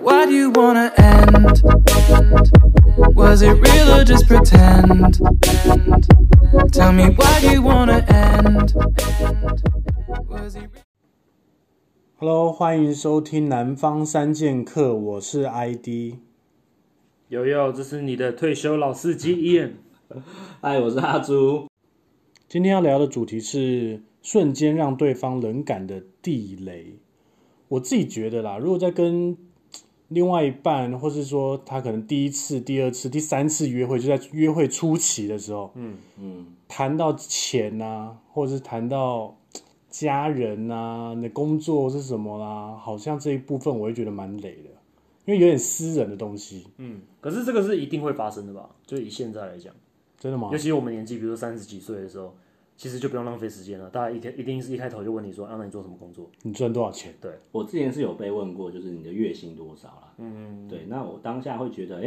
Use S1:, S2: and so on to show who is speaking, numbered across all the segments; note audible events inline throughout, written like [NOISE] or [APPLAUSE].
S1: Why do you wanna end? Was it real or just pretend? Tell me why do you wanna end? Was it
S2: Hello，欢迎收听《南方三剑客》，我是 ID。
S3: 友友，这是你的退休老司
S4: [LAUGHS]
S3: 机 Ian。
S4: 嗨，我是阿朱。
S2: 今天要聊的主题是瞬间让对方冷感的地雷。我自己觉得啦，如果在跟另外一半，或是说他可能第一次、第二次、第三次约会，就在约会初期的时候，嗯嗯，谈到钱啊，或者是谈到家人啊，你的工作是什么啦、啊好像这一部分我会觉得蛮累的，因为有点私人的东西，
S3: 嗯，可是这个是一定会发生的吧？就以现在来讲，
S4: 哦
S2: 真的吗
S3: 尤？其我们年纪，比如说三十几岁的时候，其实就不用浪费时间了。大家一开一定是一开头就问你说，啊，那你做什么
S4: [LAUGHS]
S3: 工作？
S2: 你赚多少钱？
S4: 我之前是有被问过，就是你的月薪多少啦？嗯，对。那我当下会觉得，哎、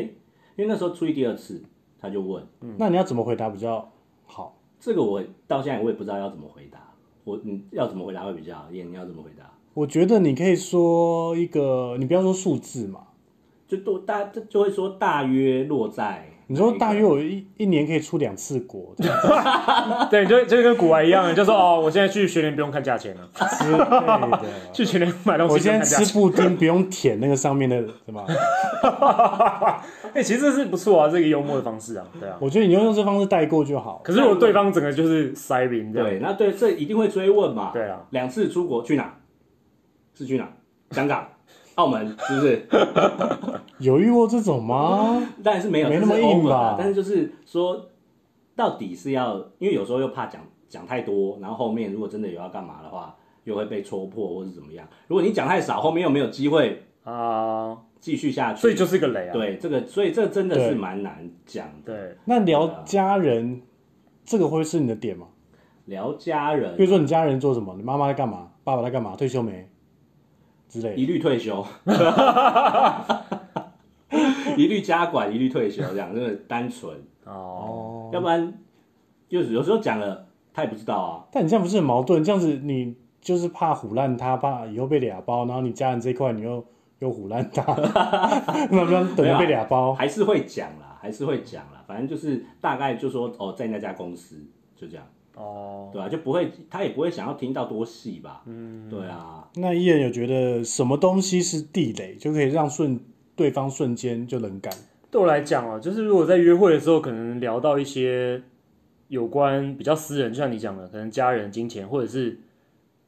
S4: 因为那时候出去第二次，他就问
S2: 那你要怎么回答比较好？
S4: 这个我，到现在我也不知道要怎么回答。我你要怎么回答会比较好？燕，你要怎么回答？
S2: 我觉得你可以说一个，你不要说数字嘛，
S4: 就多大就就会说大约落在
S2: 你说
S4: 哪一个
S2: 大约我一一年可以出两次国这样
S3: 对，你就就跟古玩一样，你就说哦，我现在去学联不用看价钱了，
S2: 之类的。
S3: 去学联买东西
S2: [LAUGHS] 我
S3: 不用
S2: 现
S3: 看
S2: 在
S3: 价
S2: 吃
S3: 钱。
S2: 布丁不用舔那个上面的什么，
S3: [LAUGHS] 哎、其实这是不错啊，这个幽默的方式
S4: [LAUGHS]
S3: 啊，对啊。
S2: 我觉得你就用这方式代购就好。
S3: 可是如果对方整个就是塞宾这样，
S4: 对，那对这一定会追问嘛？
S3: 对啊，
S4: 两次出国去哪？是去哪？香港、澳门，是不是？
S2: 有遇过这种吗？
S4: 当然是没有，
S2: 没那么硬吧
S4: 这是 over 啦但是就是说，到底是要，因为有时候又怕讲讲太多，然后后面如果真的有要干嘛的话，又会被戳破或是怎么样。如果你讲太少，后面又没有机会
S3: 啊、
S4: 继续下去，
S3: 所以就是个雷啊。
S4: 对这个，所以这真的
S2: 对
S4: 是蛮难讲的。
S3: 对，
S2: 那聊家人，这个会是你的点吗？
S4: 聊家人
S2: 比如，说你家人做什么，你妈妈在干嘛，爸爸在干嘛，退休没之类
S4: 一
S2: 的。
S4: 律退休，一律家管，一律退休，这样真的单纯，
S3: 哦，
S4: 要不然就是有时候讲了他也不知道啊。
S2: 但你这样不是很矛盾？这样子你就是怕唬烂他，怕以后被俩包，然后你家人这一块你又又唬烂
S3: [LAUGHS]
S2: 他，那不然等着被俩
S3: 啊
S2: 包。
S4: 哦还是会讲啦，还是会讲啦，反正就是大概就说哦，在那家公司就这样，
S3: 哦，
S4: 对啊，就不会他也不会想要听到多细吧，嗯，对啊，
S2: 那伊人有觉得什么东西是地雷，就可以让瞬对方瞬间就冷感？
S3: 对我来讲哦、就是如果在约会的时候，可能聊到一些有关比较私人，就像你讲的，可能家人、金钱，或者是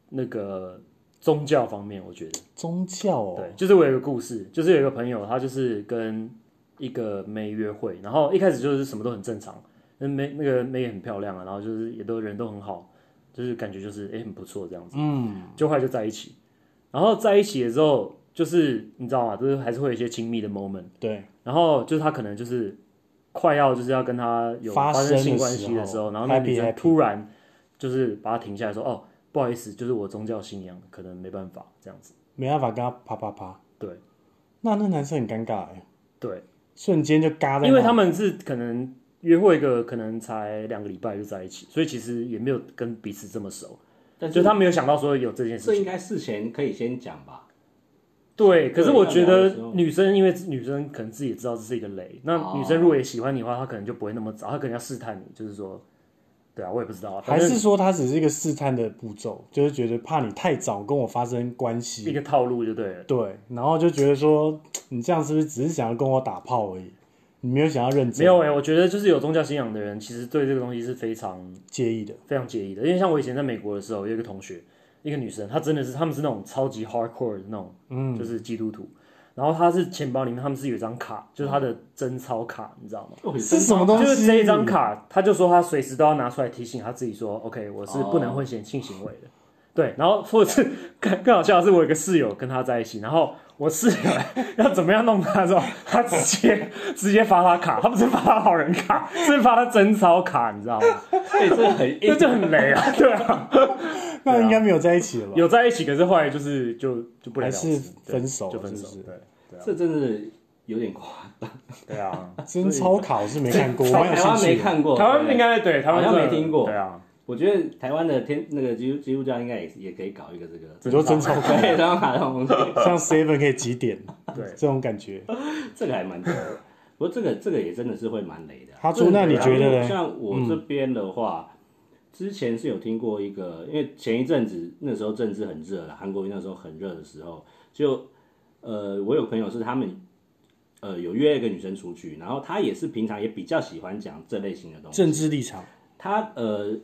S3: 那个宗教方面，我觉得，
S2: 宗教哦，
S3: 对，就是我有一个故事，就是有一个朋友，他就是跟一个妹约会，然后一开始就是什么都很正常，那妹那个妹也很漂亮啊，然后就是也都人都很好，就是感觉就是哎、诶很不错这样子，
S2: 嗯，
S3: 就后来就在一起，然后在一起了之后，就是你知道吗？就是还是会有一些亲密的 moment。
S2: 对，
S3: 然后就是他可能就是快要就是要跟他有
S2: 发
S3: 发
S2: 生的
S3: 生性关系的
S2: 时
S3: 时
S2: 候
S3: 候，然后那
S2: happy
S3: 女生
S2: happy
S3: 突然就是把他停下来说：“哦，不好意思，就是我宗教信仰可能没办法这样子。
S2: 没办法跟他啪啪啪。”
S3: 对
S2: 那那男生很尴尬哎，
S3: 对，
S2: 瞬间就嘎在那，
S3: 因为他们是可能约会个可能才两个礼拜就在一起，所以其实也没有跟彼此这么熟，
S2: 嗯
S4: 但
S3: 就是他没有想到说有这件事
S4: 这应
S3: 情。
S4: 该事前可以先讲吧，
S3: 对，可是我觉
S4: 要聊
S3: 得
S4: 的时候
S3: 女生，因为女生可能自己也知道这是一个雷，那
S4: 哦
S3: 女生如果也喜欢你的话，她可能就不会那么早，她可能要试探你，就是说，对啊，我也不知道啊，反
S2: 还
S3: 正
S2: 是说他只是一个试探的步骤，就是觉得怕你太早跟我发生关
S3: 一
S2: 系，啊
S3: 个套路就对了。
S2: 对，然后就觉得说你这样是不是只是想要跟我打炮而已，你没有想要认真，
S3: 没有哎、我觉得就是有宗教信仰的人，其实对这个东西是非常
S2: 介意的，
S3: 非常介意的。因为像我以前在美国的时候，有一个同学，一个女生，她真的是他们是那种超级 hardcore 的那种，嗯，就是基督徒。然后她是钱包里面，他们是有一张卡，就是她的贞操卡，你知道吗？
S4: 哦你
S2: 是
S4: 真
S2: 什么东西？
S3: 就是这一张卡，她哦就说她随时都要拿出来提醒她自己说，OK，我是不能
S4: 哦
S3: 会显性行为的。对，然后或者是更更好笑的是，我有一个室友跟她在一起，然后我室友 [LAUGHS] 要怎么样弄她的时候，她直接直接发她卡，她不是发她好人卡，是发她贞操卡，你知道吗？
S4: 对，这很
S3: 这
S4: 硬，
S3: 就很雷 [LAUGHS] 啊，对啊。
S2: 那应该没有在一起了吧？
S3: 有在一起，可是后来就是就就不了了之
S2: 还是分手
S3: 对就分手，
S2: 是不是
S3: 对
S4: 这真的有点夸张，
S3: 对啊，
S2: 真超卡我是没看过，我蛮有
S4: [LAUGHS] 台湾
S2: 兴
S4: 没
S2: 趣的。
S4: 看
S3: [LAUGHS]
S4: 过，
S3: 台湾
S4: 对
S3: 应该对台湾
S4: 好像
S3: 真的
S4: 没听过
S3: 对啊，
S4: 我觉得台湾的天那个基督基督教应该也也可以搞一个这个，
S2: 你说真钞
S4: 对，然后卡通
S2: 像 seven 可以几点，
S3: 对，
S2: 这种感觉。
S4: 这个还蛮多的。不过这个这个也真的是会蛮雷的啊。
S2: 哈猪那你觉得嘞嗯
S4: 像我这边的话，之前是有听过一个，因为前一阵子那时候政治很热了，韩国瑜那时候很热的时候，就呃，我有朋友是他们呃有约一个女生出去，然后她也是平常也比较喜欢讲这类型的东西，
S2: 政治立场，
S4: 他呃，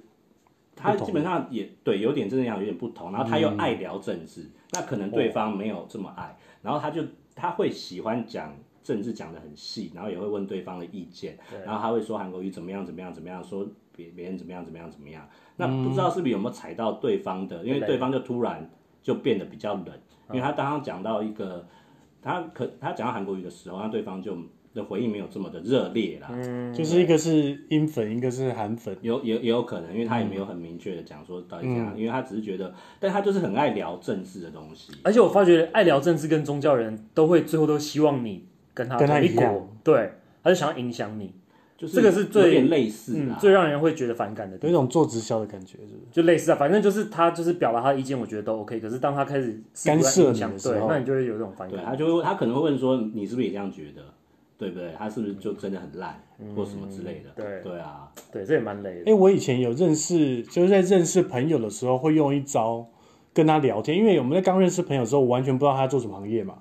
S4: 他
S2: 不同嗯
S4: 基本上也对，有点真的样有点不同，然后他又爱聊政治，那可能对方没有这么爱，然后他就他会喜欢讲政治讲的很细，然后也会问对方的意见，然后他会说韩国瑜怎么样怎么样怎么样，说别别人怎么样怎么样怎么样，那
S2: 嗯
S4: 不知道是不是有没有踩到对方的，因为
S3: 对
S4: 对方就突然就变得比较冷，因为
S2: 嗯
S4: 他刚刚讲到一个。他可他讲到韩国瑜的时候，那对方就的回应没有这么的热烈啦，
S2: 就是一个是英粉，一个是韩粉，
S4: 有也也有可能，因为他也没有很明确的讲说到底怎样，
S3: 嗯
S4: 因为他只是觉得，但他就是很爱聊政治的东西。
S3: 而且我发觉爱聊政治跟宗教的人都会最后都希望你跟他
S2: 跟他
S3: 同
S2: 一
S3: 一
S2: 样
S3: 国，对，他就想要影响你，
S4: 就是
S3: 这个是最
S4: 有点类似
S2: 啊
S3: 嗯
S4: 啦，，
S3: 最让人会觉得反感的地
S2: 有
S3: 方
S2: 一种做直销的感觉，是不是？
S3: 就类似啊，反正就是他就是表达他的意见，我觉得都 OK。可是当他开始试
S2: 干
S3: 图
S2: 涉
S3: 来影
S2: 你的
S3: 响
S2: 时候
S3: 对，那你就会有这种反
S4: 对
S3: 感。
S4: 他就会他可能会问说你是不是也这样觉得，对不对？他是不是就真的很烂、或什么之类的？
S3: 嗯对
S4: 对啊，
S3: 对，这也蛮累
S2: 哎、
S3: 的。
S2: 我以前有认识，就是在认识朋友的时候，会用一招跟他聊天，因为我们在刚认识朋友的时候，我完全不知道他做什么行业嘛，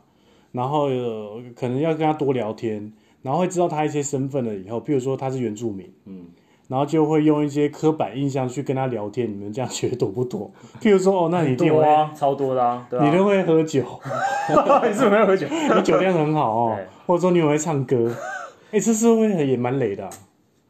S2: 然后、呃、可能要跟他多聊天，然后会知道他一些身份了以后，比如说他是原住民，
S4: 嗯，
S2: 然后就会用一些刻板印象去跟他聊天，你们这样觉得多不多？譬如说，哦，那你一定
S3: 多
S2: 会，
S3: 啊，超多的啊，对
S2: 你啊
S3: 啊。
S2: 一定会喝酒，
S3: [LAUGHS] 你是不是
S2: [LAUGHS]
S3: 喝酒？
S2: 你酒量很好哦
S3: 对，
S2: 或者说你很会唱歌，哎、这是会很也蛮累的啊、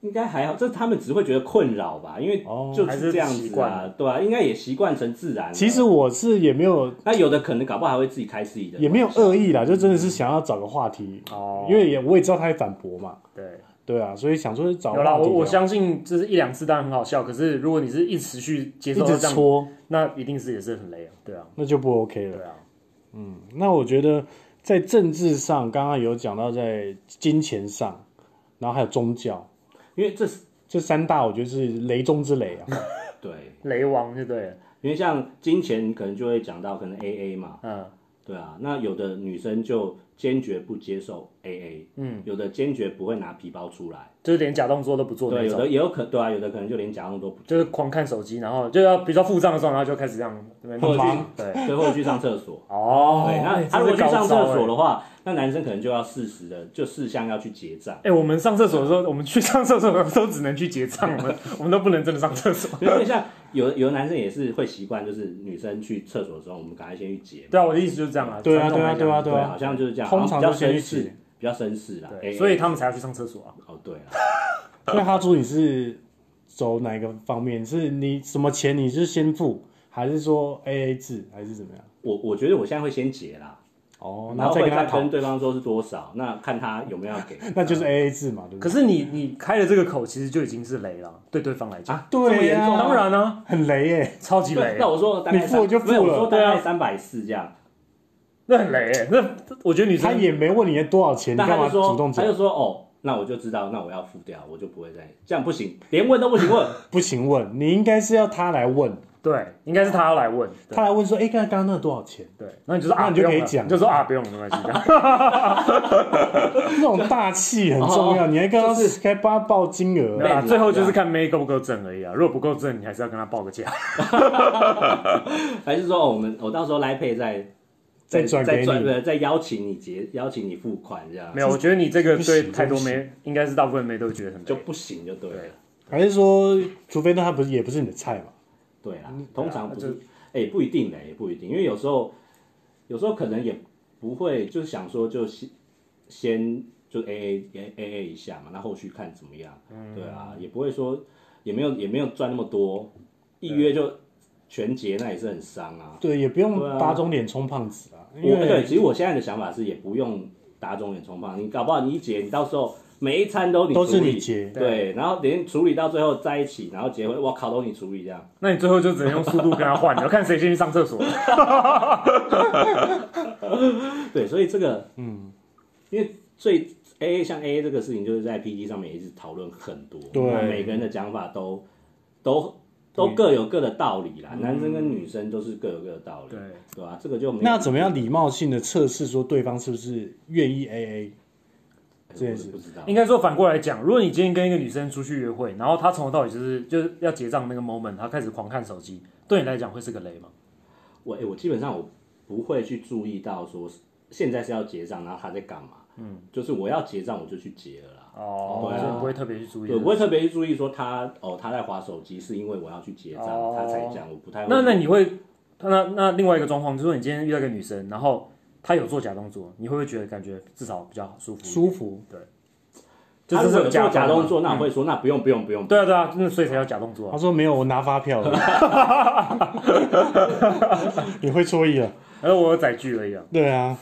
S4: 应该还好，这他们只会觉得困扰吧，因为
S2: 哦
S4: 就
S3: 还是
S4: 这样
S3: 习
S4: 子
S3: 惯
S4: 啊，
S3: 了
S4: 对啊，应该也习惯成自
S3: 啊
S4: 然了。
S2: 其实我是也没有
S4: 那有的可能搞不好还会自己开自己的玩笑，
S2: 也没有恶意啦，就真的是想要找个话题，
S3: 哦
S2: 因为也我也知道他在反驳嘛，
S3: 对，
S2: 对啊，所以想说找
S3: 有
S2: 个
S3: 啦，
S2: 话题
S3: 我
S2: 聊
S3: 我相信就是一两次当然很好笑，可是如果你是一直持续接
S2: 一
S3: 受
S2: 直
S3: 这样，
S2: 戳，
S3: 那一定是也是很累啊。对啊，
S2: 那就不 OK 了嗯
S3: 对。啊，
S2: 那我觉得在政治上，刚刚有讲到在金钱上，然后还有宗教
S4: 因为这是
S2: 这三大，我觉得是雷中之雷啊。
S3: [LAUGHS]
S4: 对，
S3: 雷王就对了。
S4: 因为像金钱可能就会讲到可能 A A 嘛，
S3: 嗯，
S4: 对啊，那有的女生就坚决不接受 AA，
S3: 嗯，
S4: 有的坚决不会拿皮包出来，
S3: 就是连假动作都不做
S4: 对，
S3: 那
S4: 有的
S3: 种，
S4: 也有可对啊，有的可能就连假动都不做，
S3: 就是狂看手机，然后就要比如说付账的时候，然后就开始这样，对不对
S4: 或者去
S3: 对。
S4: 对，或者去上厕所。
S3: 哦，
S4: 对，那
S3: 哎
S4: 他如果去
S3: 这是高
S4: 上
S3: 招
S4: 厕
S3: 哎
S4: 所的话，那男生可能就要适时的就事项要去结账，
S3: 哎、我们上厕所的时候，我们去上厕所的时候都只能去结账，我们 [LAUGHS] 我们都不能真的上厕所。
S4: 因为像有有的男生也是会习惯，就是女生去厕所的时候，我们赶快先去结嘛，
S3: 对啊，我的意思就是这样啊。
S2: 对啊
S3: 传统来讲
S2: 对啊对
S4: 对
S2: 啊
S4: 啊，好像就是这样，
S2: 通常
S4: 好像
S2: 都
S4: 比较
S2: 先去
S4: 绅士
S2: 结，
S4: 比较绅士啦
S3: 对，
S4: AA
S3: 所以他们才要去上厕所啊。
S4: 哦对啦，
S2: 所以哈猪，你是走哪个方面？是你什么钱你是先付，还是说 AA 制，还是怎么样？
S4: 我我觉得我现在会先结啦，
S2: 哦，
S4: 然后
S2: 再
S4: 会
S2: 跟他
S4: 再
S2: 讨
S4: 跟，对方说是多少，那看他有没有要给，
S2: 那就是 AA 制嘛，对不
S3: 可
S2: 对？
S3: 是你你开了这个口，其实就已经是雷了，对对方来讲。
S4: 啊
S2: 对
S3: 这么严重
S2: 啊
S3: 当然啊，
S2: 很雷耶、
S3: 超级
S4: 对
S3: 雷
S4: 那，我说大概
S2: 你付我就付了
S4: 没有我说大
S3: 对
S4: 概
S3: 啊
S4: 三百四这样。
S3: 那很雷、欸。那我觉得女
S2: 他
S3: 生
S2: 也没问你多少钱，你
S4: 但
S2: 干
S4: 他
S2: 嘛
S4: 就
S2: 主
S4: 说
S2: 动，
S4: 他
S2: 讲
S4: 就？说哦，那我就知道，那我要付掉，我就不会再这样，不行，连问都不行问。 [LAUGHS]
S2: 不行问，你应该是要他来问，
S3: 对，应该是他要来问。对
S2: 他来问说，哎、刚刚刚那多少钱？ [LAUGHS]
S3: 对，那你就说啊，
S2: 那你就
S3: 不用
S2: 可以
S3: 了
S2: 讲
S3: 你就说啊，不用了，没关系。这样
S2: 那种大气很重要，
S4: 哦
S2: 你还跟他
S4: 就
S2: 该帮他报金额啊
S3: 没。有啦
S4: 对
S3: 最后就是看妹够不够正而已啊。如果不够正，你还是要跟他报个价。
S4: [LAUGHS] 还是说、哦我们我到时候来配再
S2: 再转给
S4: 再
S2: 你
S4: 转呃再邀请你结邀请你付款这样，
S3: 没有，我觉得你这个
S2: 不行
S3: 对太多
S2: 不行
S3: 妹，应该是大部分妹都觉得很雷
S4: 就不行就对了。
S2: 还是说，除非那他不是也不是你的菜嘛？
S4: 对啦，
S2: 啊
S4: 通常不是
S3: 那就，
S4: 哎、不一定嘞，也不一定，因为有时候有时候可能也不会，就是想说就先先就 A A A A 一下嘛，那后续看怎么样。
S2: 嗯
S4: 对啊，也不会说也没有也没有赚那么多，一约就全结，那也是很伤啊。
S2: 对，也不用
S4: 对啊
S2: 打肿脸充胖子啊，因
S4: 我对，
S2: 为
S4: 其实我现在的想法是，也不用打肿脸充胖，你搞不好你一结，你到时候每一餐都你
S2: 都是
S4: 处理
S2: 你结
S4: 对，然后连处理到最后在一起，然后结婚，哇靠，都你处理这样。
S3: 那你最后就只能用速度跟他换，你要看谁先去上厕所。
S4: [LAUGHS] 对，所以这个，嗯，因为最 A A 像 A A 这个事情，就是在 P D 上面也一直讨论很多，
S2: 对
S4: 那每个人的讲法都都都各有各的道理啦，男生跟女生都是各有各的道理，
S3: 对
S4: 对吧、这个就没有
S2: 那怎么样礼貌性的测试说对方是不是愿意 AA？
S4: 嗯我
S2: 这也是
S4: 不知道
S3: 应。该说反过来讲，如果你今天跟一个女生出去约会，然后她从头到尾就是就是要结账那个 moment，她开始狂看手机，对你来讲会是个雷吗？
S4: 我、欸、我基本上我不会去注意到说现在是要结账，然后他在干嘛，嗯，就是我要结账我就去结了啦，
S3: 哦
S4: 对啊
S3: 所以你不会特别去注意这
S4: 对，我
S3: 个。
S4: 不会特别去注意说他哦他在划手机是因为我要去结账、
S3: 哦
S4: 他才讲，我不太会
S3: 那那你会那那另外一个状况就是说你今天遇到一个女生，然后她有做假动作，你会不会觉得感觉至少比较舒服？
S2: 舒，服，
S3: 就
S4: 他
S3: 是
S4: 如
S3: 会
S4: 果
S3: 有
S4: 有做假
S3: 动
S4: 动作，那我会说、那不用不用不用，
S3: 对啊对啊，那所以才要假动作
S2: 他
S3: 啊。
S2: 说没有，我拿发票
S4: [LAUGHS]
S2: 了。你会错意了，
S3: 而我有载具而已啊，
S2: 对啊，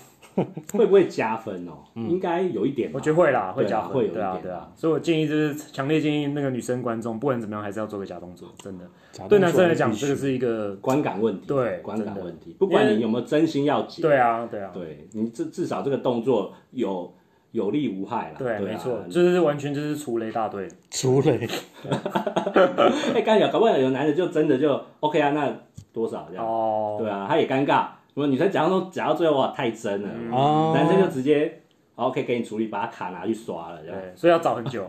S4: 会不会加分哦？应该有一点吧，
S3: 嗯我觉得会啦，会
S4: 对啊
S3: 加分，
S4: 会有一
S3: 对啊
S4: 点
S3: 对啊
S4: 啊。
S3: 所以我建议就是强烈建议那个女生观众，不管怎么样还是要做个假动作，真的。
S2: 假
S3: 对
S2: 动
S3: 男
S2: 作
S3: 生来
S2: 必
S3: 讲，
S2: 须
S3: 这个是一个
S4: 观感问题，
S3: 对
S4: 观感
S3: 真的
S4: 问题，不管你有没有真心要结，
S3: 对啊对啊。
S4: 对你至至少这个动作有有利无害啦。
S3: 对，
S4: 啊
S3: 没错，就是完全就是除雷大队。
S2: 除雷，
S4: 哎，尴尬，搞不好有男的就真的就 OK 啊，那多少这样？
S3: 哦，
S4: 对啊，他也尴尬。什么女生讲到讲到最后哇，太真了，
S3: 嗯
S2: 哦
S4: 男生就直接好 OK 给你处理，把他卡拿去刷了这样。
S3: 对，所以要找很久。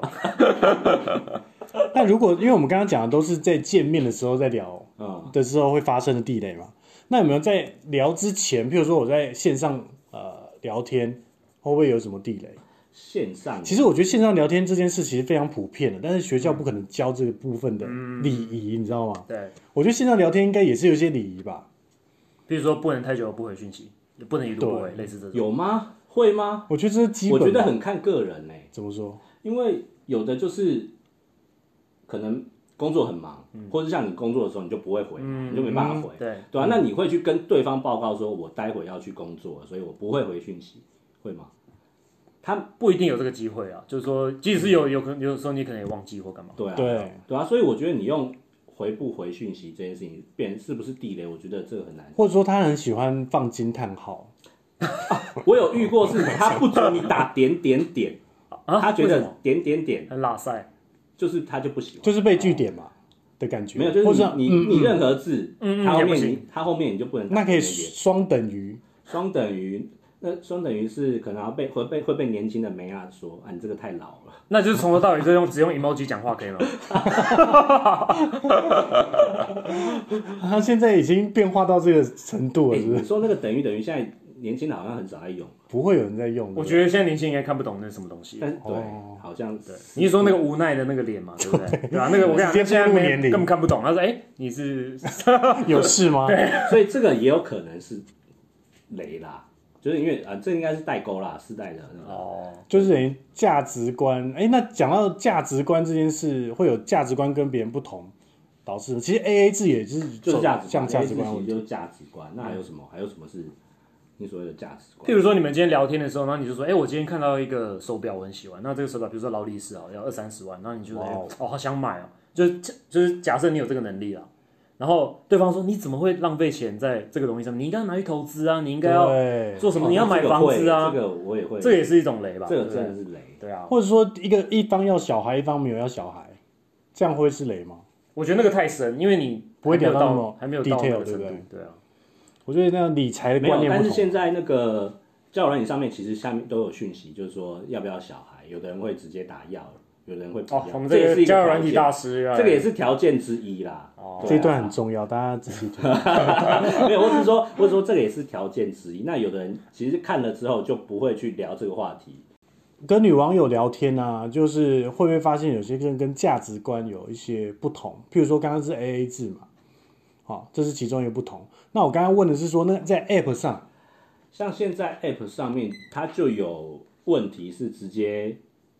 S3: [LAUGHS]
S2: [LAUGHS] 那如果因为我们刚刚讲的都是在见面的时候在聊
S4: 嗯，
S2: 的时候会发生的地雷嘛，那有没有在聊之前，譬如说我在线上呃聊天，会不会有什么地雷？
S4: 线上
S2: 其实我觉得线上聊天这件事其实非常普遍的，但是学校不可能教这个部分的礼仪，你知道吗？
S3: 对，
S2: 我觉得线上聊天应该也是有一些礼仪吧。
S3: 比如说不能太久不回讯息，也不能一路不回，类似这种。
S4: 有吗？会吗？
S2: 我觉得这是基
S4: 我
S2: 本吧。
S4: 觉得很看个人呢、
S2: 怎么说？
S4: 因为有的就是可能工作很忙，或者像你工作的时候你就不会回，你就没办法回，
S3: 嗯对，
S4: 对啊，那你会去跟对方报告说，我待会要去工作，所以我不会回讯息，会吗？他
S3: 不一定有这个机会啊。就是说，即使
S4: 嗯
S3: 有，有可能有时候你可能也忘记或干嘛。
S4: 对啊，
S2: 对
S4: 对啊，所以我觉得你用回不回讯息这件事情，变是不是地雷，我觉得这个很难。
S2: 或者说他很喜欢放惊叹号，
S4: 我有遇过是他不准你打点点点，
S3: 啊，
S4: 他觉
S3: 为什
S4: 得
S3: 么
S4: 点点点
S3: 很拉塞。
S4: 就是他就不喜欢，
S2: 就是被据点嘛的感觉。
S4: 没有，就
S2: 或
S4: 是
S2: 者
S4: 你
S2: 嗯
S4: 你你任何字，
S3: 嗯嗯
S4: 他后
S3: 也不
S4: 面
S3: 行
S4: 你他后面你就不能打
S2: 那可以
S4: 点点点
S2: 双等于 [LAUGHS]
S4: 双等于，那双等于是可能要被会被会被年轻的梅亚说啊，你这个太老了。
S3: 那就是从头到尾就用只用 emoji 讲话可以吗？
S2: 他现在已经变化到这个程度了，
S4: 诶
S2: 是不
S4: 你
S2: 是？
S4: 说那个等于等于，现在年轻的好像很少在用，
S2: 不会有人在用。
S3: 我
S2: 得
S3: 觉得现在年轻人应该看不懂那是什么东西。
S4: 但是对
S2: 哦，
S4: 好像
S3: 对，你是说那个无奈的那个脸嘛，对不对？对啊，那个我跟你
S2: 直接
S3: 讲，现在
S2: 步入
S3: 没
S2: 年龄
S3: 根本看不懂。他说：“哎，你是
S2: [LAUGHS] 有事吗？
S4: 所以这个也有可能是雷啦，就是因为啊、这应该是代沟啦，世代的那个。
S3: 哦，
S2: 就是等于价值观。哎，那讲到价值观这件事，会有价值观跟别人不同，导致其实 A A 制也是
S4: 就是价值
S2: 像
S4: 观，
S2: 价值
S4: 这
S2: 观
S4: 件
S2: 问
S4: 事情
S2: 题。
S4: 就是价值观。那还有什么？还有什么是你所谓的价值
S3: 嗯譬
S4: 观？
S3: 如说你们今天聊天的时候，然后你就说，哎、我今天看到一个手表，我很喜欢。那这个手表，比如说劳力士啊，要二三十万，然后你就说，
S2: 哇
S3: 哎
S2: 哦
S3: 哦，好想买哦、就是就是假设你有这个能力啦，然后对方说，你怎么会浪费钱在这个东西上面？你应该拿去投资啊，你应该要
S2: 对，
S3: 做什么？
S4: 哦
S3: 你要买房子啊，
S4: 这个我也会，
S3: 这个也是一种雷吧？
S4: 这个
S3: 对不
S4: 真的
S3: 对
S4: 是雷。
S3: 对啊，
S2: 或者说一个一方要小孩，一方没有要小孩，这样会是雷吗？
S3: 我觉得那个太深，因为你
S2: 不会
S3: 还没有
S2: 聊到那
S3: 到
S2: 么
S3: 还没有
S2: detail，
S3: 到那个
S2: 对
S3: 程
S2: 不
S3: 度
S2: 对，
S3: 对啊，
S2: 我觉得那理财的
S4: 没
S2: 观
S4: 有，
S2: 念
S4: 但
S2: 不
S4: 是
S2: 同。
S4: 现在那个交友软件上面，其实下面都有讯息，就是说要不要小孩，有的人会直接打要，有的人会不
S3: 哦，我
S4: 要，
S3: 们
S4: 这也
S3: 这
S4: 是一
S3: 个
S4: 个
S3: 交友
S4: 条
S3: 软体
S4: 件
S3: 大师啊，
S4: 这个也是条件之一啦。
S3: 哦
S4: 对
S2: 这
S4: 啊
S2: 一段很重要，大家仔细听。
S4: [LAUGHS] 没有，我只是说，我只是说这个也是条件之一。那有的人其实看了之后就不会去聊这个话题，
S2: 跟女网友聊天啊，就是会不会发现有些人跟价值观有一些不同？譬如说刚刚是 A A 制嘛，好、这是其中一个不同。那我刚刚问的是说，那在 App 上，
S4: 像现在 App 上面，它就有问题是直接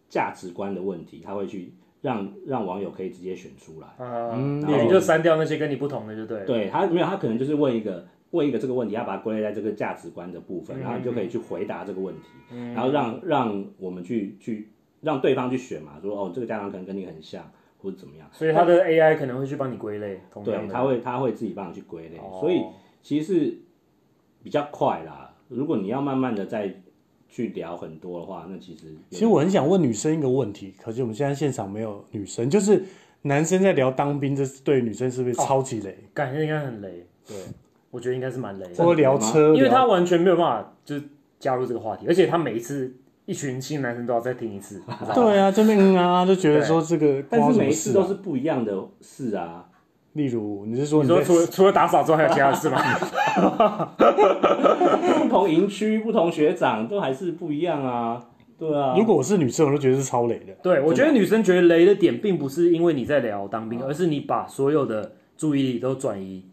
S4: 价值观的问题，它会去让让网友可以直接选出来。
S3: 嗯，
S4: 然
S3: 你
S4: 后
S3: 就删掉那些跟你不同的，就对了。
S4: 对他没有，他可能就是问一个问一个这个问题，他把它归类在这个价值观的部分，然后你就可以去回答这个问题，然后让让我们去去让对方去选嘛，说哦这个价值观可能跟你很像或者怎么样，
S3: 所以它的 AI 可能会去帮你归类，同
S4: 对
S3: 样，的，
S4: 他会他会自己帮你去归类，
S3: 哦
S4: 所以其实是比较快啦。如果你要慢慢的再去聊很多的话，那其实有
S2: 其实我很想问女生一个问题，可惜我们现在现场没有女生，就是男生在聊当兵，这是对女生是不是超级雷？
S3: 感觉应该很雷，
S2: 对，
S3: 我觉得应该是蛮雷的，
S2: 或者聊车，
S3: 因为他
S2: 聊
S3: 完全没有办法就是加入这个话题，而且他每一次一群新男生都要再听一
S4: [LAUGHS]
S3: 次，你知 [LAUGHS] 道吗
S2: 对啊，这边嗯啊，就觉得说这个
S4: 但
S2: 光
S4: 是
S2: 什么
S4: 每一次
S2: 事
S4: 都
S2: 啊
S4: 是？不一样的事啊。
S2: 例如，你是说
S3: 你
S2: 你
S3: 说
S2: 在
S3: 除了除了打扫之外还有其他事
S4: [LAUGHS]
S3: 吗？
S4: 不同营区、不同学长都还是不一样啊。对啊，
S2: [LAUGHS] 如果我是女生，我都觉得是超雷的。
S3: 对，我觉得女生觉得雷的点，并不是因为你在聊当
S4: 哦
S3: 兵，而是你把所有的注意力都转移，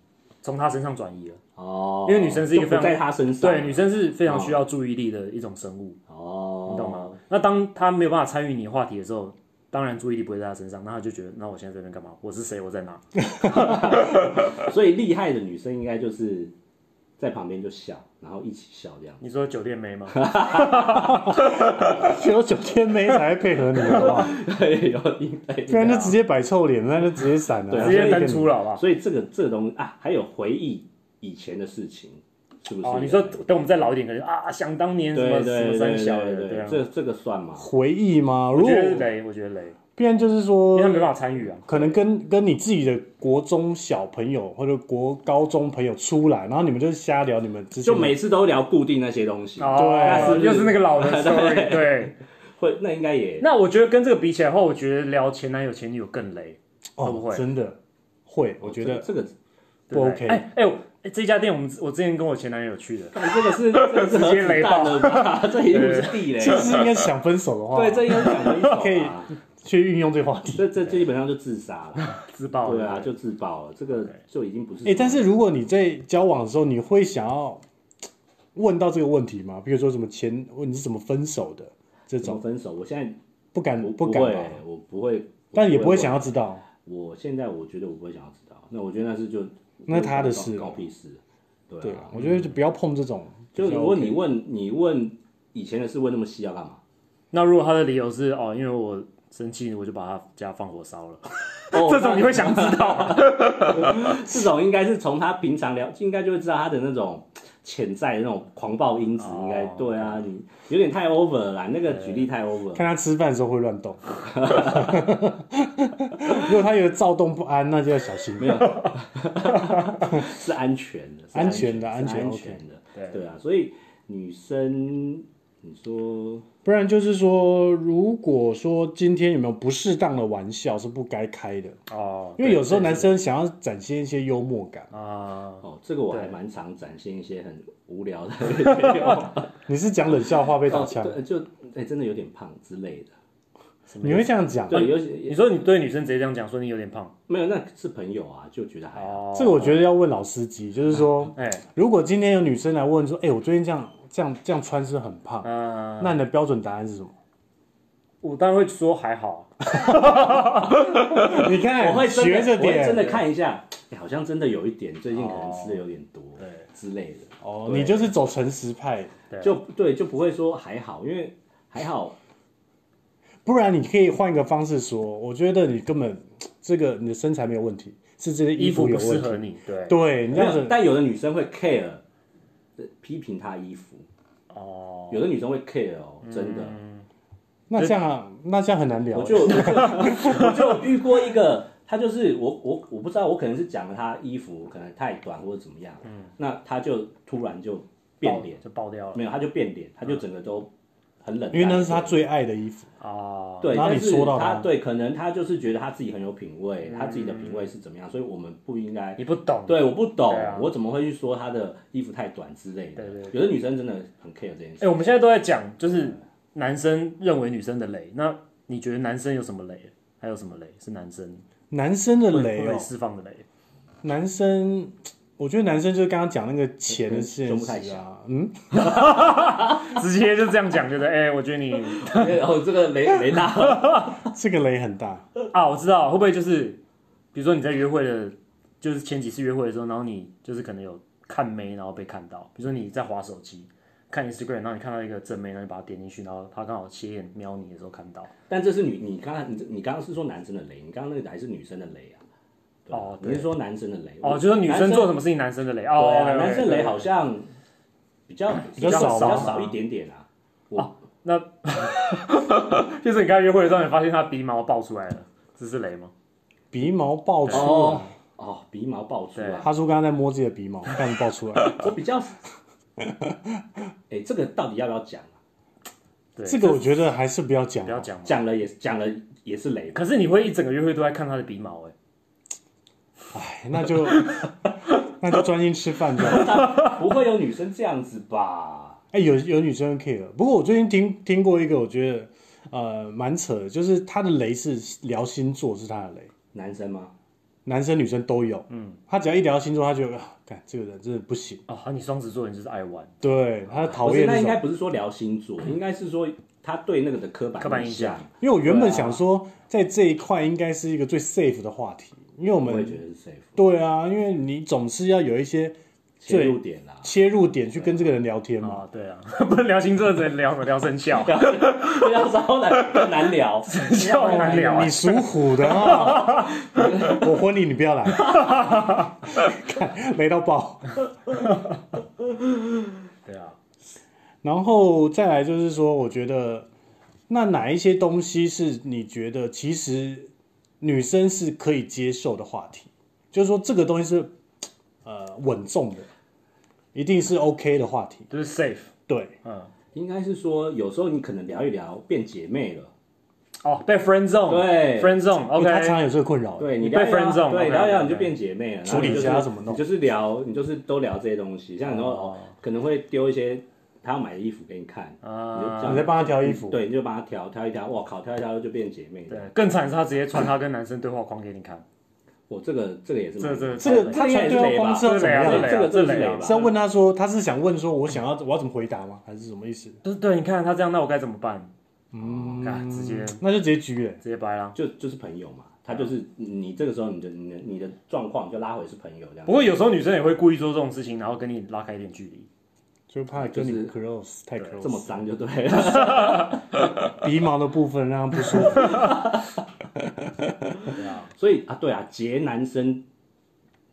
S3: 从他身上转移了。
S4: 哦，
S3: 因为女生是一个
S4: 就
S3: 非常
S4: 不在她身上，
S3: 对，女生是非常需要注意力的一种生物，
S4: 哦，
S3: 你懂吗？？那当她没有办法参与你的话题的时候，当然注意力不会在她身上，那她就觉得，那我现在在这边干嘛？我是谁？我在哪？
S4: 所以厉害的女生应该就是在旁边就笑，然后一起笑
S3: [LAUGHS]
S4: 这样。
S3: 你说酒店妹吗？
S2: 只 [LAUGHS] 有九天妹才会配合你，好不好？
S4: 对，有应该
S2: 不然就直接摆臭脸，那就直接闪了，
S4: 对啊
S3: 直接登出了好不好？
S4: [LAUGHS] 所以这个这个东西啊，还有回忆以前的事情，是 [LAUGHS] 不是？
S3: 哦，你说等我们再老一点，可能啊，想当年什么
S4: 对对
S3: 什么
S4: 对
S3: 三
S4: 对
S3: 小的，
S4: 对
S3: 对啊，
S4: 这这个算吗？
S2: 回忆吗？如
S3: 我
S2: 果
S3: 觉得雷，我觉得雷，
S2: 不然就是
S3: 因
S2: 说
S3: 为她，没办法参与啊。
S2: 可能跟跟你自己的国中小朋友或者国高中朋友出来，然后你们就瞎聊你们之前
S4: 就
S2: 的
S4: 每次都聊固定那些东西，那是
S3: 哦
S4: 啊不，是
S3: 又是那个老
S4: [LAUGHS]
S3: 的 story，对。
S4: 会那应该也
S3: 那我觉得跟这个比起来的话，我觉得聊前男友前女友更雷，会不
S2: 哦，
S3: 会
S2: 真的会，我觉得
S4: 这个
S3: 对对
S2: 不 OK
S3: 哎哎、我哎这家店我们我之前跟我前男友去的，
S4: 干这个是这个
S3: [LAUGHS]
S4: 是核
S3: 直接雷
S4: 子
S3: 爆
S4: 弹了吧？ [LAUGHS] 这一定是地雷
S2: 其。实应该想分手的话，
S4: [LAUGHS] 对，这应该讲
S3: [LAUGHS]
S4: 了一手、啊，
S2: 可以去运用这个话题。
S4: 这这基本上就自杀了，
S3: 自
S2: 哦
S3: 爆
S4: 对啊，
S3: 了，
S4: 就自爆了，这个就已经不是什么。
S2: 哎、但是如果你在交往的时候，你会想要问到这个问题吗？比如说什么前你是怎么分手的这
S4: 怎
S2: 种，
S4: 么分手？我现在
S2: 嗯不敢
S4: 嗯不
S2: 敢
S4: 会
S2: 吧？，
S4: 我不会，
S2: 但也不会想要
S4: 要。
S2: 知道。
S4: 我现在我觉得我不会想要知道，那我觉得那是就
S2: 那他的事
S4: 搞搞屁事，对啊
S2: 对啊，我觉得就不要碰这种。
S4: 就
S2: 比较
S4: 如果
S2: OK
S4: 你问你问以前的事问那么细要干嘛？
S3: 那如果他的理由是哦，因为我生气，我就把他家放火烧了，
S4: 哦
S3: [LAUGHS] 这种你会想知道吗？
S4: 这种应该是从他平常聊，应该就会知道他的那种潜在的那种狂暴因子，
S3: 哦
S4: 应该对啊，你有点太 over 了啦，那个举例太 over 了。
S2: 看他吃饭的时候会乱动， [LAUGHS] 如果他有躁动不安，那就要小心。
S4: 没有， [LAUGHS] 是安全的，是
S2: 安全的
S4: 安是
S2: 安全
S4: 安
S2: OK
S4: 全的，
S3: 对
S4: 对啊，所以女生，你说
S2: 不然就是说，如果说今天有没有不适当的玩笑是不该开的，
S3: 哦，
S2: 因为有时候
S3: 对
S2: 男生想要展现一些幽默感。
S3: 啊，
S4: 哦，这个我
S3: 对
S4: 还蛮常展现一些很无聊
S2: [LAUGHS]
S4: 的哦，
S2: 你是讲冷笑话被
S4: [LAUGHS]
S2: 打枪，
S4: 对，就哎真的有点胖之类的，
S3: 什么
S2: 你
S3: 意
S2: 会
S3: 思？
S2: 这样讲？
S4: 对，尤
S3: 你
S4: 其
S3: 说你对女生直接这样讲，说你有点胖，
S4: 没有那是朋友啊，就觉得还好。
S3: 哦，
S2: 这个我觉得要问老司机，就是说，
S3: 哎，
S2: 如果今天有女生来问说，哎、我最近这样这样这样穿是很胖，
S3: 嗯，
S2: 那你的标准答案是什么？
S3: 我当然会说还好，
S2: 你看，
S4: 哎我会真的
S2: 学着
S4: 我会
S2: 点，
S4: 真的看一下，哎好像真的有一点，最近可能吃的有点多，对之类的。
S2: 哦，
S4: 对
S2: 你就是走诚实派，
S3: 对
S4: 就对，就不会说还好，因为还好
S2: 不然你可以换一个方式说，我觉得你根本这个你的身材没有问题，是这个
S3: 衣服
S2: 有
S3: 不适合
S2: 问题。
S3: 你，对，
S2: 对，你这
S4: 没
S2: 样
S4: 有
S2: 子，，
S4: 但有的女生会 care，呃批评她衣服，
S3: 哦，
S4: 有的女生会 care 哦，真的。
S2: 嗯那这样啊，那这样很难聊
S4: 我。就 [LAUGHS] 我就遇过一个，她就是我我我不知道，我可能是讲了她衣服可能太短或者怎么样，
S2: 嗯
S4: 那她就突然就变
S3: 爆
S4: 脸，
S3: 就爆掉了
S4: 没有，她就变脸，她就整个都很冷淡，
S2: 因为那是他最爱的衣服，
S3: 啊，
S4: 对，
S2: 然后
S4: 但
S2: 你
S4: 是
S2: 说到
S4: 他
S2: 他
S4: 对，可能他就是觉得他自己很有品味，他自己的品
S2: 嗯
S4: 味是怎么样，所以我们不应该。
S3: 你不懂，
S4: 对，我不懂
S3: 对啊，
S4: 我怎么会去说他的衣服太短之类的
S3: 对对？
S4: 有的女生真的很 care 这件
S3: 哎、
S4: 事。
S3: 我们现在都在讲，就是男生认为女生的雷，那你觉得男生有什么雷？还有什么雷是男生
S2: 男生的
S3: 会
S2: 雷
S3: 会
S2: 哦，
S3: 释放的雷？
S2: 男生，我觉得男生就是刚刚讲那个钱的现
S4: 胸部太
S2: 实
S4: 小
S2: 啊，嗯，
S3: 直接就这样讲，就是哎、我觉得你
S4: [LAUGHS] 然后这个雷雷大了，
S2: 这个雷很大，
S3: 啊，我知道，会不会就是比如说你在约会的，就是前几次约会的时候，然后你就是可能有看妹，然后被看到，比如说你在划手机。看 Instagram，然后你看到一个正妹，然后你把它点进去，然后她刚好斜眼瞄你的时候看到，
S4: 但这是女，你刚刚你你刚刚是说男生的雷，你刚刚那个还是女生的雷啊？对吧
S3: 哦对
S4: 你是说男生的雷？
S3: 哦，
S4: 我
S3: 就是女生做什
S4: 男
S3: 么事情，男生的雷
S4: 生
S3: 哦
S4: 对啊，
S3: ，OK，OK，
S4: 男生雷
S3: 对
S4: 好像比较
S2: 比较
S4: 少，
S2: 少
S4: 比较
S2: 吗
S4: 少一点点啊。
S3: [LAUGHS] 就是你跟他约会的时候，你发现他鼻毛爆出来了，这是雷吗？
S2: 鼻毛爆出来。
S4: 哦哦，鼻毛爆出
S3: 嗯对
S4: 来， [LAUGHS]
S2: 哈叔刚刚在摸自己的鼻毛，看爆啊出来。
S4: 我比较，哎，这个到底要不要讲啊？
S3: 对，
S2: 这个我觉得还是不要讲
S3: 不。要讲嘛。
S4: 讲了也讲了也是雷吧？
S3: 可是你会一整个约会都在看他的鼻毛哎、
S2: 哎，那就 [LAUGHS] 那就专心吃饭就好。
S4: 不会有女生这样子吧？
S2: 哎，有有女生 care，不过我最近听听过一个，我觉得呃蛮扯的，就是他的雷是聊星座是他的雷，
S4: 男生吗？
S2: 男生女生都有。嗯，他只要一聊星座，他就啊，干这个人真的不行，
S3: 哦，好，你双子座人就是爱玩，
S2: 对他
S4: 不
S2: 讨
S4: 是，
S2: 厌
S4: 那
S2: 这
S4: 应该
S2: 种。
S4: 不是说聊星座，应该是说他对那个的刻板
S3: 刻板印象
S4: 象。
S2: 因为我原本
S4: 对啊
S2: 想说，在这一块应该是一个最 safe 的话题，因为我
S4: 我也觉
S2: 们
S4: 得是 safe
S2: 对啊，因为你总是要有一些
S4: 切入点啦。
S2: 切入点去跟这个人聊天嘛。
S3: 啊，对啊， [LAUGHS] 不能聊星座，只能聊聊生肖，
S4: 不要超难更难聊，
S3: 肖很难聊啊
S2: 你。属虎的啊！ [LAUGHS] 我婚礼你不要来， [LAUGHS] 看雷到爆。
S3: 对啊，
S2: 然后再来就是说，我觉得那哪一些东西是你觉得其实女生是可以接受的话题？就是说这个东西是呃稳重的，一定是 OK 的话题。
S3: 就是 safe，
S2: 对，
S3: 嗯，
S4: 应该是说有时候你可能聊一聊变姐妹了，
S3: 哦，被 friend zone，
S4: 对
S3: ，friend
S2: 因为他常
S3: zone，OK，
S2: 常有这个困扰。
S4: 对
S3: 你
S4: 聊
S3: 被
S4: 一聊
S3: friend zone，
S4: 对
S3: OK，
S4: 聊一聊
S3: OK，
S4: 你就变姐妹了，
S2: 处理一下
S4: 然后你就是
S2: 怎么弄
S4: 你就是聊，你就是都聊这些东西，像你说
S3: 哦
S4: 哦，可能会丢一些他要买的衣服给你看，你就这
S3: 啊，
S4: 样
S2: 你在帮他挑衣服
S4: 嗯对，你就帮他挑挑一挑，哇靠，挑一挑就变姐妹
S3: 对
S4: 了，，
S3: 更惨是他直接传他跟男生对话框给你看，
S4: 我这个这个也是
S3: 这
S4: 蛮
S3: 这
S2: 这个他
S4: 这应该
S2: 传对
S4: 也是
S2: 话
S4: 雷
S2: 框
S4: 吧
S2: 是要怎么
S3: 这
S2: 样
S3: 雷
S2: 的
S3: 啊？
S4: 这个
S3: 这
S4: 这
S3: 雷
S4: 是
S3: 啊
S4: 雷吧？
S2: 是要问他说，他是想问说我想要我要怎么回答吗？还是什么意思？
S3: 就是对，你看他这样，那我该怎么办？
S2: 嗯
S3: 干直接
S2: 那就直接举了。
S3: 直接掰啦。
S4: 就就是朋友嘛，他就是你这个时候你的你的你的状况就拉回是朋友这样。
S3: 不过有时候女生也会故意做这种事情，然后跟你拉开一点距离。
S2: 就怕跟你
S4: 就是
S2: close 太 close，
S4: 这么脏就对了，
S2: [LAUGHS]
S4: [LAUGHS]
S2: 鼻毛的部分让他不舒服。
S3: 对啊，
S4: 所以啊，对啊，截男生，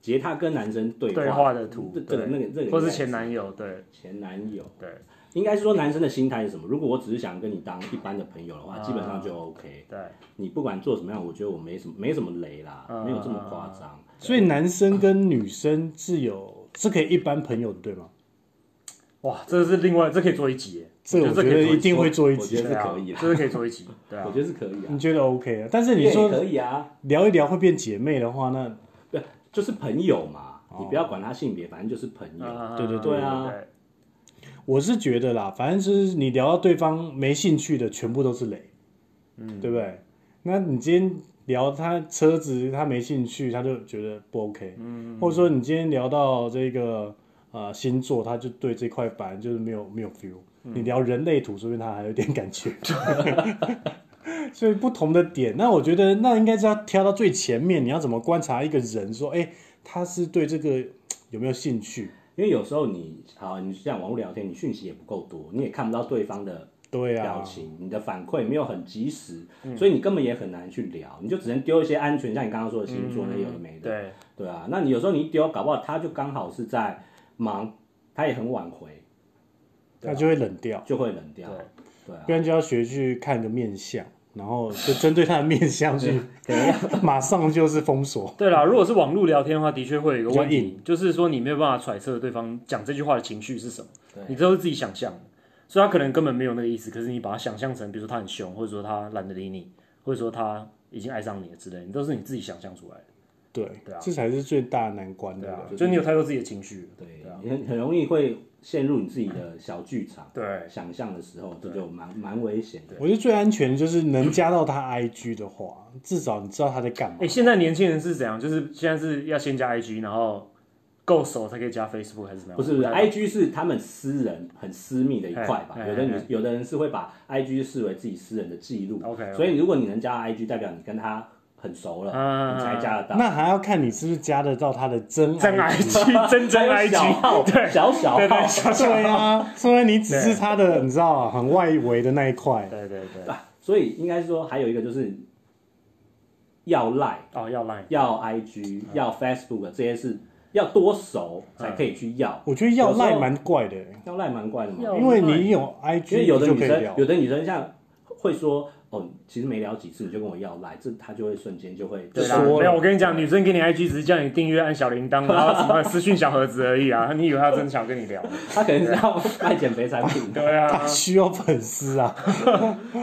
S4: 截他跟男生对
S3: 对话的图
S4: 这，这个
S3: 对，
S4: 那个这个，
S3: 或是前男友，对
S4: 前男友，
S3: 对
S4: 应该是说男生的心态是什么？如果我只是想跟你当一般的朋友的话，基本上就
S3: 啊
S4: OK。
S3: 对，
S4: 你不管做什么样，我觉得我没什么没什么雷啦，
S3: 啊
S4: 没有这么夸张。
S2: 所以男生跟女生是有是可以一般朋友的，对吗？
S3: 哇，这是另外，这可以做一集耶，
S2: 这
S3: 我
S2: 我
S3: 觉得这
S2: 觉
S3: 可
S2: 得
S3: 以做
S2: 一定会做一
S4: 我
S2: 集
S4: 觉，得是可以
S3: 对啊
S4: 啦
S3: 这是可以做一集，对啊
S4: 我，觉得是可以啊
S2: 你，觉得 OK 啊？但是你
S4: 也可
S2: 说
S4: 以啊，
S2: 聊一聊会变姐妹的话，那
S4: 对，就是朋友嘛，你不要管他性别，反正就是朋友。
S3: 哦啊
S2: 对对
S4: 对啊
S3: 对
S2: 我是觉得啦，反正就是你聊到对方没兴趣的，全部都是雷，嗯，对不对？那你今天聊他车子，他没兴趣，他就觉得不 OK，嗯，或者说你今天聊到这个呃星座，他就对这块板就是没有没有 feel。你聊人类图，说不定他还有点感 [LAUGHS] 觉。所以不同的点，那我觉得那应该是要挑到最前面。你要怎么观察一个人，说，哎、他是对这个有没有兴趣？
S4: 因为有时候你好，你像网络聊天，你讯息也不够多，你也看不到对方的
S2: 对
S4: 表
S2: 啊，
S4: 情，你的反馈没有很及时，所以你根本也很难去聊，你就只能丢一些安全，像你刚刚说的星座那有的没的，
S3: 对，
S4: 对啊，那你有时候你一丢，搞不好他就刚好是在忙，他也很晚回，
S2: 他就会冷掉。
S4: 就会冷掉，对啊
S2: 不，然就要学去看个面相，然后就针对他的面相去，马上就是封锁。
S3: 对啦，如果是网络聊天的话，的确会有一个问
S2: 比较
S3: 题，就是说你没有办法揣测对方讲这句话的情绪是什么，你都是自己想象的，所以他可能根本没有那个意思，可是你把他想象成，比如说他很凶，或者说他懒得理你，或者说他已经爱上你了之类的，你都是你自己想象出来的，
S2: 对，
S3: 对啊
S2: 这才是最大的难关对
S3: 对啊
S2: 吧，
S3: 就你有太多自己的情绪了，
S4: 对
S3: 对啊，
S4: 你很很容易会陷入你自己的小剧场，
S3: 对
S4: 想象的时候，这就蛮蛮危险的。
S2: 我觉得最安全的就是能加到他 IG 的话，至少你知道他在干嘛
S3: 哎、。现在年轻人是怎样？就是现在是要先加 IG，然后够熟才可以加 Facebook 还是怎么样？
S4: 不是不是
S3: 我太懂
S4: ，IG 是他们私人很私密的一块吧？
S3: 哎
S4: 有的
S3: 哎
S4: 女有的人是会把 IG 视为自己私人的记录
S3: OK，OK
S4: 所以如果你能加到 IG，代表你跟他很熟了，
S3: 嗯
S4: 你才加得到。
S2: 那还要看你是不是加得到他的真
S3: 真 IG 真真
S4: 还有小
S3: IG，
S4: 号，
S3: 对
S4: 小小
S3: 对
S4: 号
S3: 对，
S4: [LAUGHS]
S3: 小小
S2: 对啊，所以你只是他的，你知道啊，很外围的那一块。
S3: 对对对，
S4: 啊所以应该是说还有一个就是要赖、
S3: 哦要 Line，
S4: 要 IG、要
S3: 嗯
S4: Facebook 这些是要多熟才可以去要。
S3: 嗯
S2: 我觉得要
S4: 有时候
S2: 赖蛮怪的，欸
S4: 要赖蛮怪的嘛，
S3: 要
S2: 因为
S3: Line
S2: 你有 IG，
S4: 因为有的
S2: 你就
S4: 女
S2: 可以
S4: 生
S2: 聊，
S4: 有的女生像会说哦，其实没聊几次你就跟我要来，这他就会瞬间就会
S3: 对啦，
S4: 说
S3: 没有，我跟你讲，
S4: [LAUGHS]
S3: 女生给你 IG 只是叫你订阅、按小铃
S2: [LAUGHS]
S3: 铛，然后什么私讯小盒子而已啊！你以为她真的想跟你聊？
S4: 他可能是要卖减肥产品的。
S3: 对啊，
S2: 他需要粉丝啊，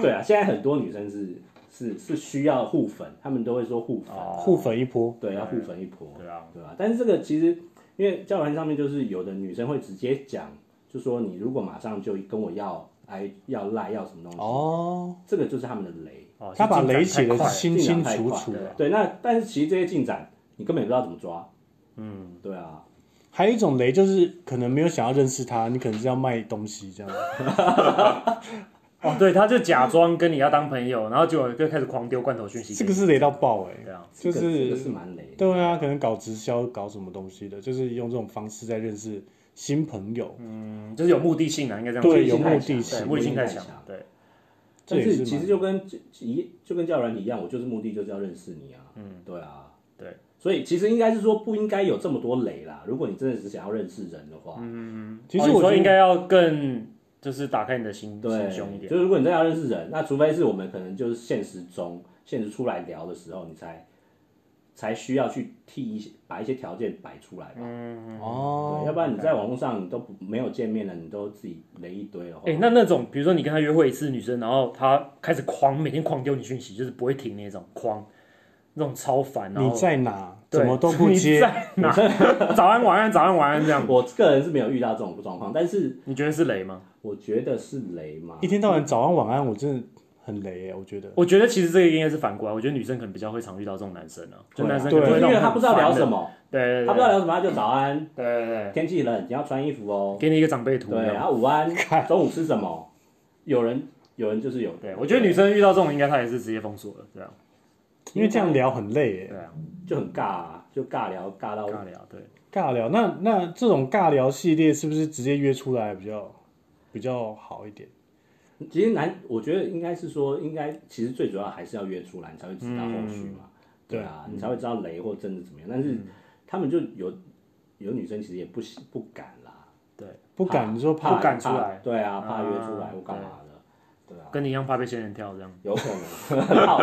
S4: 对啊，现在很多女生是是是需要互粉，她们都会说互粉，
S2: 互粉一波。
S4: 对，要互粉一波，
S3: 对啊，
S4: 对吧？但是这个其实因为教软件上面就是有的女生会直接讲，就说你如果马上就跟我要哎要赖要什么东西，
S2: 哦，
S4: 这个就是他们的雷，
S3: 哦
S2: 他把
S3: 进展
S2: 雷写
S3: 太
S2: 的
S3: 快了
S2: 清清楚楚
S4: 进展太快
S2: 啊。
S4: 对，那但是其实这些进展你根本也不知道怎么抓，嗯，对啊，
S2: 还有一种雷就是可能没有想要认识他，你可能是要卖东西这样。
S3: 哦，对，他就假装跟你要当朋友，然后结果就开始狂丢罐头讯息
S2: 这
S3: 给
S2: 个
S3: 你。
S2: 是雷到爆哎、
S3: 对啊，
S2: 就
S4: 这个这个
S2: 是
S4: 是蛮雷的，
S2: 对啊，可能搞直销、搞什么东西的，就是用这种方式在认识新朋友。
S3: 嗯，就是有目的性啊，应该这样说。
S2: 对
S4: 有目
S2: 的性
S3: 对目的性太强
S4: 目的性太强。
S3: 对，
S2: 这
S4: 但
S2: 也
S4: 是
S2: 是
S4: 其实
S2: 蛮
S4: 就跟一就跟教软体一样，我就是目的就是要认识你啊。嗯，对啊，
S3: 对。
S4: 所以其实应该是说不应该有这么多雷啦。如果你真的只想要认识人的话，嗯，
S2: 其实
S3: 哦你
S2: 我觉
S3: 说
S2: 得
S3: 应该要更就是打开你的心
S4: 对
S3: 心，胸一点
S4: 就。是如果你真的要认识人，那除非是我们可能就是现实中现实出来聊的时候，你才才需要去替一些把一些条件摆出来吧。
S3: 嗯
S4: 对，要
S2: 哦，
S4: 不然你在网络上你都不没有见面了，你都自己雷一堆的话，
S3: 哎、那那种比如说你跟他约会一次，女生然后她开始狂每天狂丢你讯息，就是不会停那种狂，那种超烦。然
S2: 你
S3: 后
S2: 在哪？
S3: 对
S2: 怎么都不
S3: 你
S2: 接？
S3: 在哪？ [LAUGHS] 早安晚安，早安晚安这样。
S4: 我个人是没有遇到这种状况，但是
S3: 你觉得是雷吗？
S4: 我觉得是雷嘛
S2: [LAUGHS] 一。天到晚早安晚安，我真的很雷哎、我觉得。
S3: 我觉得其实这个应该是反过来，我觉得女生可能比较会常遇到这种男生啊，就男生可
S2: 对
S3: 能
S4: 就
S3: 会
S4: 是
S3: 那
S4: 因
S3: 种
S4: 为他不知道聊什
S3: 很
S4: 么，
S3: 烦的，对对对，
S4: 他不知道聊什么，他就早安，
S3: 对对对，
S4: 天气冷，你要穿衣服哦。
S3: 给你一个长辈图。
S4: 对，
S3: 这
S4: 然
S3: 样
S4: 后午
S3: [LAUGHS]
S4: 安
S2: 看，
S4: 中午吃什么？有人有人就是有，
S3: 对，我觉得女生遇到这种，应该她也是直接封锁了，对啊，
S2: 因为这样聊很累哎、
S3: 对啊，
S4: 就很尬啊，就尬聊尬到
S3: 尬聊，对，
S2: 尬聊。那那这种尬聊系列是不是直接约出来比较比较好一点？
S4: 其实难，我觉得应该是说，应该其实最主要还是要约出来，你才会知道后续嘛。
S3: 嗯
S4: 对啊，你才会知道雷或真的怎么样。但是他们就有有女生其实也不喜不敢啦，
S2: 不敢，
S4: 怕
S2: 你说
S4: 怕
S2: 怕
S3: 不敢出来
S4: 对啊，怕约出来
S3: 啊
S4: 我干嘛的？对啊，
S3: 跟你一样怕被仙人跳这样。
S4: 有可能 [LAUGHS] 好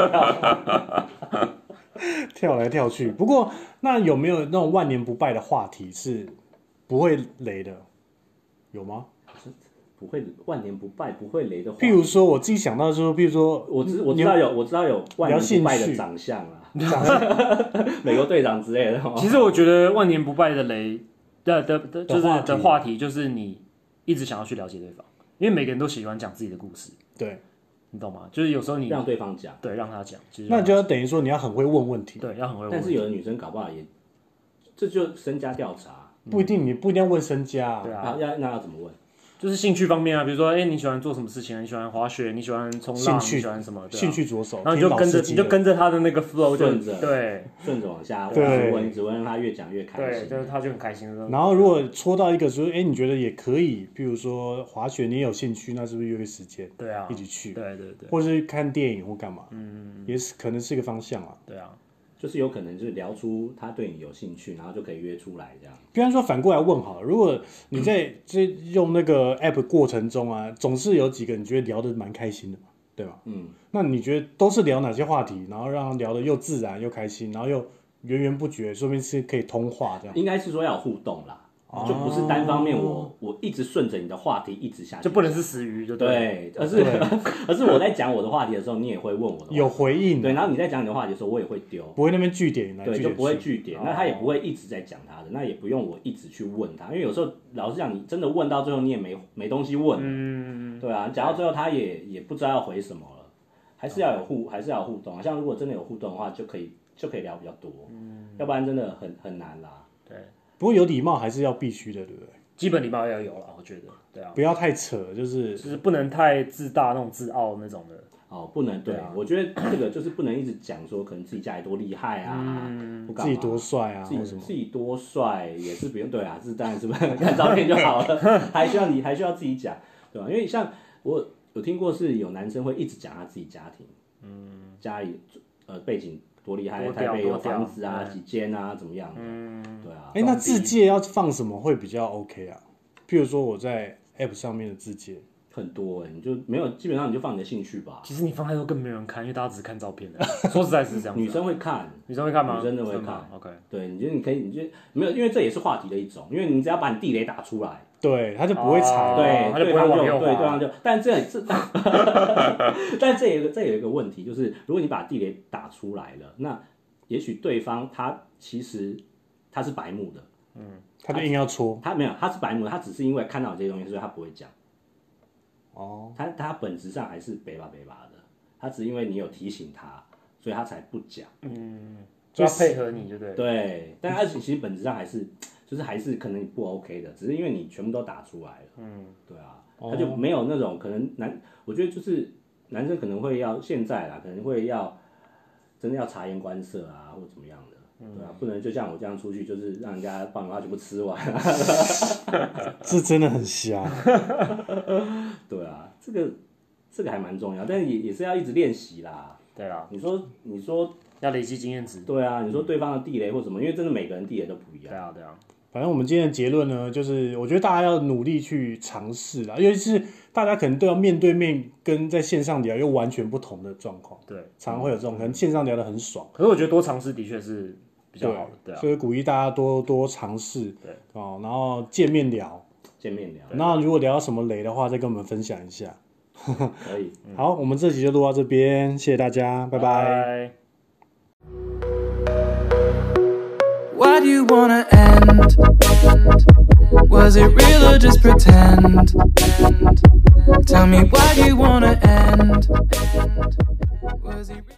S2: 跳来跳去。不过，那有没有那种万年不败的话题是不会雷的？有吗？
S4: 不会万年不败，不会雷的话。
S2: 譬如说，我自己想到就是，譬如说，
S4: 我知我知道有我知道有万
S2: 聊
S4: 年
S2: 兴
S4: 不败的
S2: 趣
S4: 长相啊， [LAUGHS] 美国队长之类的。哦
S3: 其实我觉得万年不败的雷的的的，就是
S2: 话题
S3: 的话题就是你一直想要去了解对方，因为每个人都喜欢讲自己的故事，
S2: 对，
S3: 你懂吗？就是有时候你
S4: 让对方讲，
S3: 对让他讲，其实
S2: 那就要等于说你要很会问问题，
S3: 对要很会问
S4: 但是有的女生搞不好也，这就身家调查
S2: 不一定你不一定要问身家、
S3: 对啊
S4: 啊，要那要怎么问？
S3: 就是兴趣方面啊，比如说，哎、你喜欢做什么事情啊？你喜欢滑雪，你喜欢冲
S2: 兴
S3: 浪，
S2: 趣
S3: 你喜欢什么？对啊
S2: 兴，趣着手，
S3: 然后你
S2: 听
S3: 就
S2: 老
S3: 跟着，
S2: 司机
S3: 你就
S2: 的
S3: 跟着他的那个 flow，就
S4: 顺着
S3: 对
S4: 顺着往下，
S2: 对
S4: 一直问，一直问，让她越讲越开
S3: 对，
S4: 心。啊
S3: 就是他就很开心。然
S2: 然后如果戳到一个说，哎、你觉得也可以，譬如说滑雪你也有兴趣，那是不是约个时间
S3: 对啊
S2: 一，起去，
S3: 对对对
S2: 或者是看电影或干嘛？嗯，也是可能是一个方向啊。
S3: 对啊，
S4: 就是有可能就是聊出她对你有兴趣，然后就可以约出来这样。
S2: 比方说反过来问好了，如果你在这用那个 app 过程中啊，总是有几个你觉得聊得蛮开心的嘛，对吧？
S4: 嗯，
S2: 那你觉得都是聊哪些话题，然后让他聊得又自然又开心，然后又源源不绝，说明是可以通话这样。
S4: 应该是说要有互动啦，
S3: 哦
S4: 就不是单方面我我一直顺着你的话题一直下去，
S3: 就不能是死鱼，就了。
S4: 对，而是 [LAUGHS] 而是我在讲我的话题的时候，你也会问我的话题，
S2: 有回应，
S4: 对，然后你在讲你的话题的时候，我也会丢。
S2: 不会那边据点来
S4: 对，
S2: 据
S4: 就
S2: 点
S4: 不会
S2: 去
S4: 据点，那他也不会一直在讲他的，那也不用我一直去问他，因为有时候老实讲，你真的问到最后你也没没东西问，嗯，对啊，讲到最后他也也不知道要回什么了，还是要有互，还是要有互动啊，像如果真的有互动的话，就可以就可以聊比较多，嗯，要不然真的很很难啦，
S2: 不过有礼貌还是要必须的，对不对？
S3: 基本礼貌要有了，我觉得，对啊，
S2: 不要太扯，就是
S3: 就是不能太自大那种自傲那种的。
S4: 哦，不能对，我觉得这个就是不能一直讲说可能自己家里多厉害啊，不干
S2: 自己
S4: 嘛
S2: 多帅啊，
S4: 自己
S2: 或什么。
S4: 自己多帅也是不用对啊，是当然是不 [LAUGHS] 看照片就好了，还需要你还需要自己讲，对吧、因为像我有听过是有男生会一直讲他自己家庭，嗯，家里呃背景多厉害，
S3: 多
S4: 台
S3: 屌
S4: 北
S3: 多
S4: 有房
S3: 屌
S4: 子啊
S3: 嗯
S4: 几间啊怎么样的，对啊，
S2: 哎、那自介要放什么会比较 OK 啊？譬如说我在 app 上面的自介，
S4: 很多哎、你就没有基本上你就放你的兴趣吧。
S3: 其实你放太多更没人看，因为大家只看照
S4: [LAUGHS]
S3: 片的。说实在是这样子啊，
S4: 女生会看，
S3: 女生会看吗？
S4: 女生真的会
S3: 真吗
S4: 看
S3: ？OK，
S4: 对，你就你可以，你就没有，因为这也是话题的一种，因为你只要把你地雷打出来，
S2: 对，他就不会踩。
S3: 哦
S4: 对，
S3: 他就
S4: 对
S3: 不会
S4: 方就
S3: 往右滑
S4: 对，对方就，但这这，但这 [LAUGHS] 有一个这有一个问题，就是如果你把地雷打出来了，那也许对方他其实他是白目的，
S2: 他就硬要戳。
S4: 他没有，他是白目的，他只是因为看到你这些东西，所以他不会讲，
S2: 哦，
S4: 他他本质上还是北吧北吧的，他只是因为你有提醒他，所以他才不讲。
S3: 就要配合你，就对。
S4: 对，但他其实本质上还是，就是还是可能不 OK 的，只是因为你全部都打出来了，嗯，对啊，他就没有那种可能男，我觉得就是男生可能会要现在啦，可能会要真的要察言观色啊，或者怎么样的，对啊，不能就像我这样出去，就是让人家爆米花全部吃完，啊
S2: 这真的很瞎。
S4: [LAUGHS] 对啊，这个这个还蛮重要，但也也是要一直练习啦。
S3: 对啊，
S4: 你说你说
S3: 要累积经验值。
S4: 对啊，你说对方的地雷或什么，因为真的每个人地雷都不一
S3: 对
S4: 样，
S3: 啊，对啊，
S2: 反正我们今天的结论呢，就是我觉得大家要努力去尝试啦，尤其是大家可能都要面对面跟在线上聊又完全不同的状况，
S3: 对。
S2: 常常会有这种，
S3: 嗯
S2: 可能线上聊得很爽，
S3: 可是我觉得多尝试的确是比较好的，对啊。
S2: 所以鼓励大家多多尝试，
S3: 对
S2: 哦，然后见面聊，
S4: 见面聊
S2: 那如果聊到什么雷的话，再跟我们分享一下。
S4: 可以。
S2: 好，我们这集就录到这边，谢谢大家，拜拜。
S3: 嗯拜。
S1: Why do you wanna end? Was it real or just pretend? Tell me why do you wanna end? Was it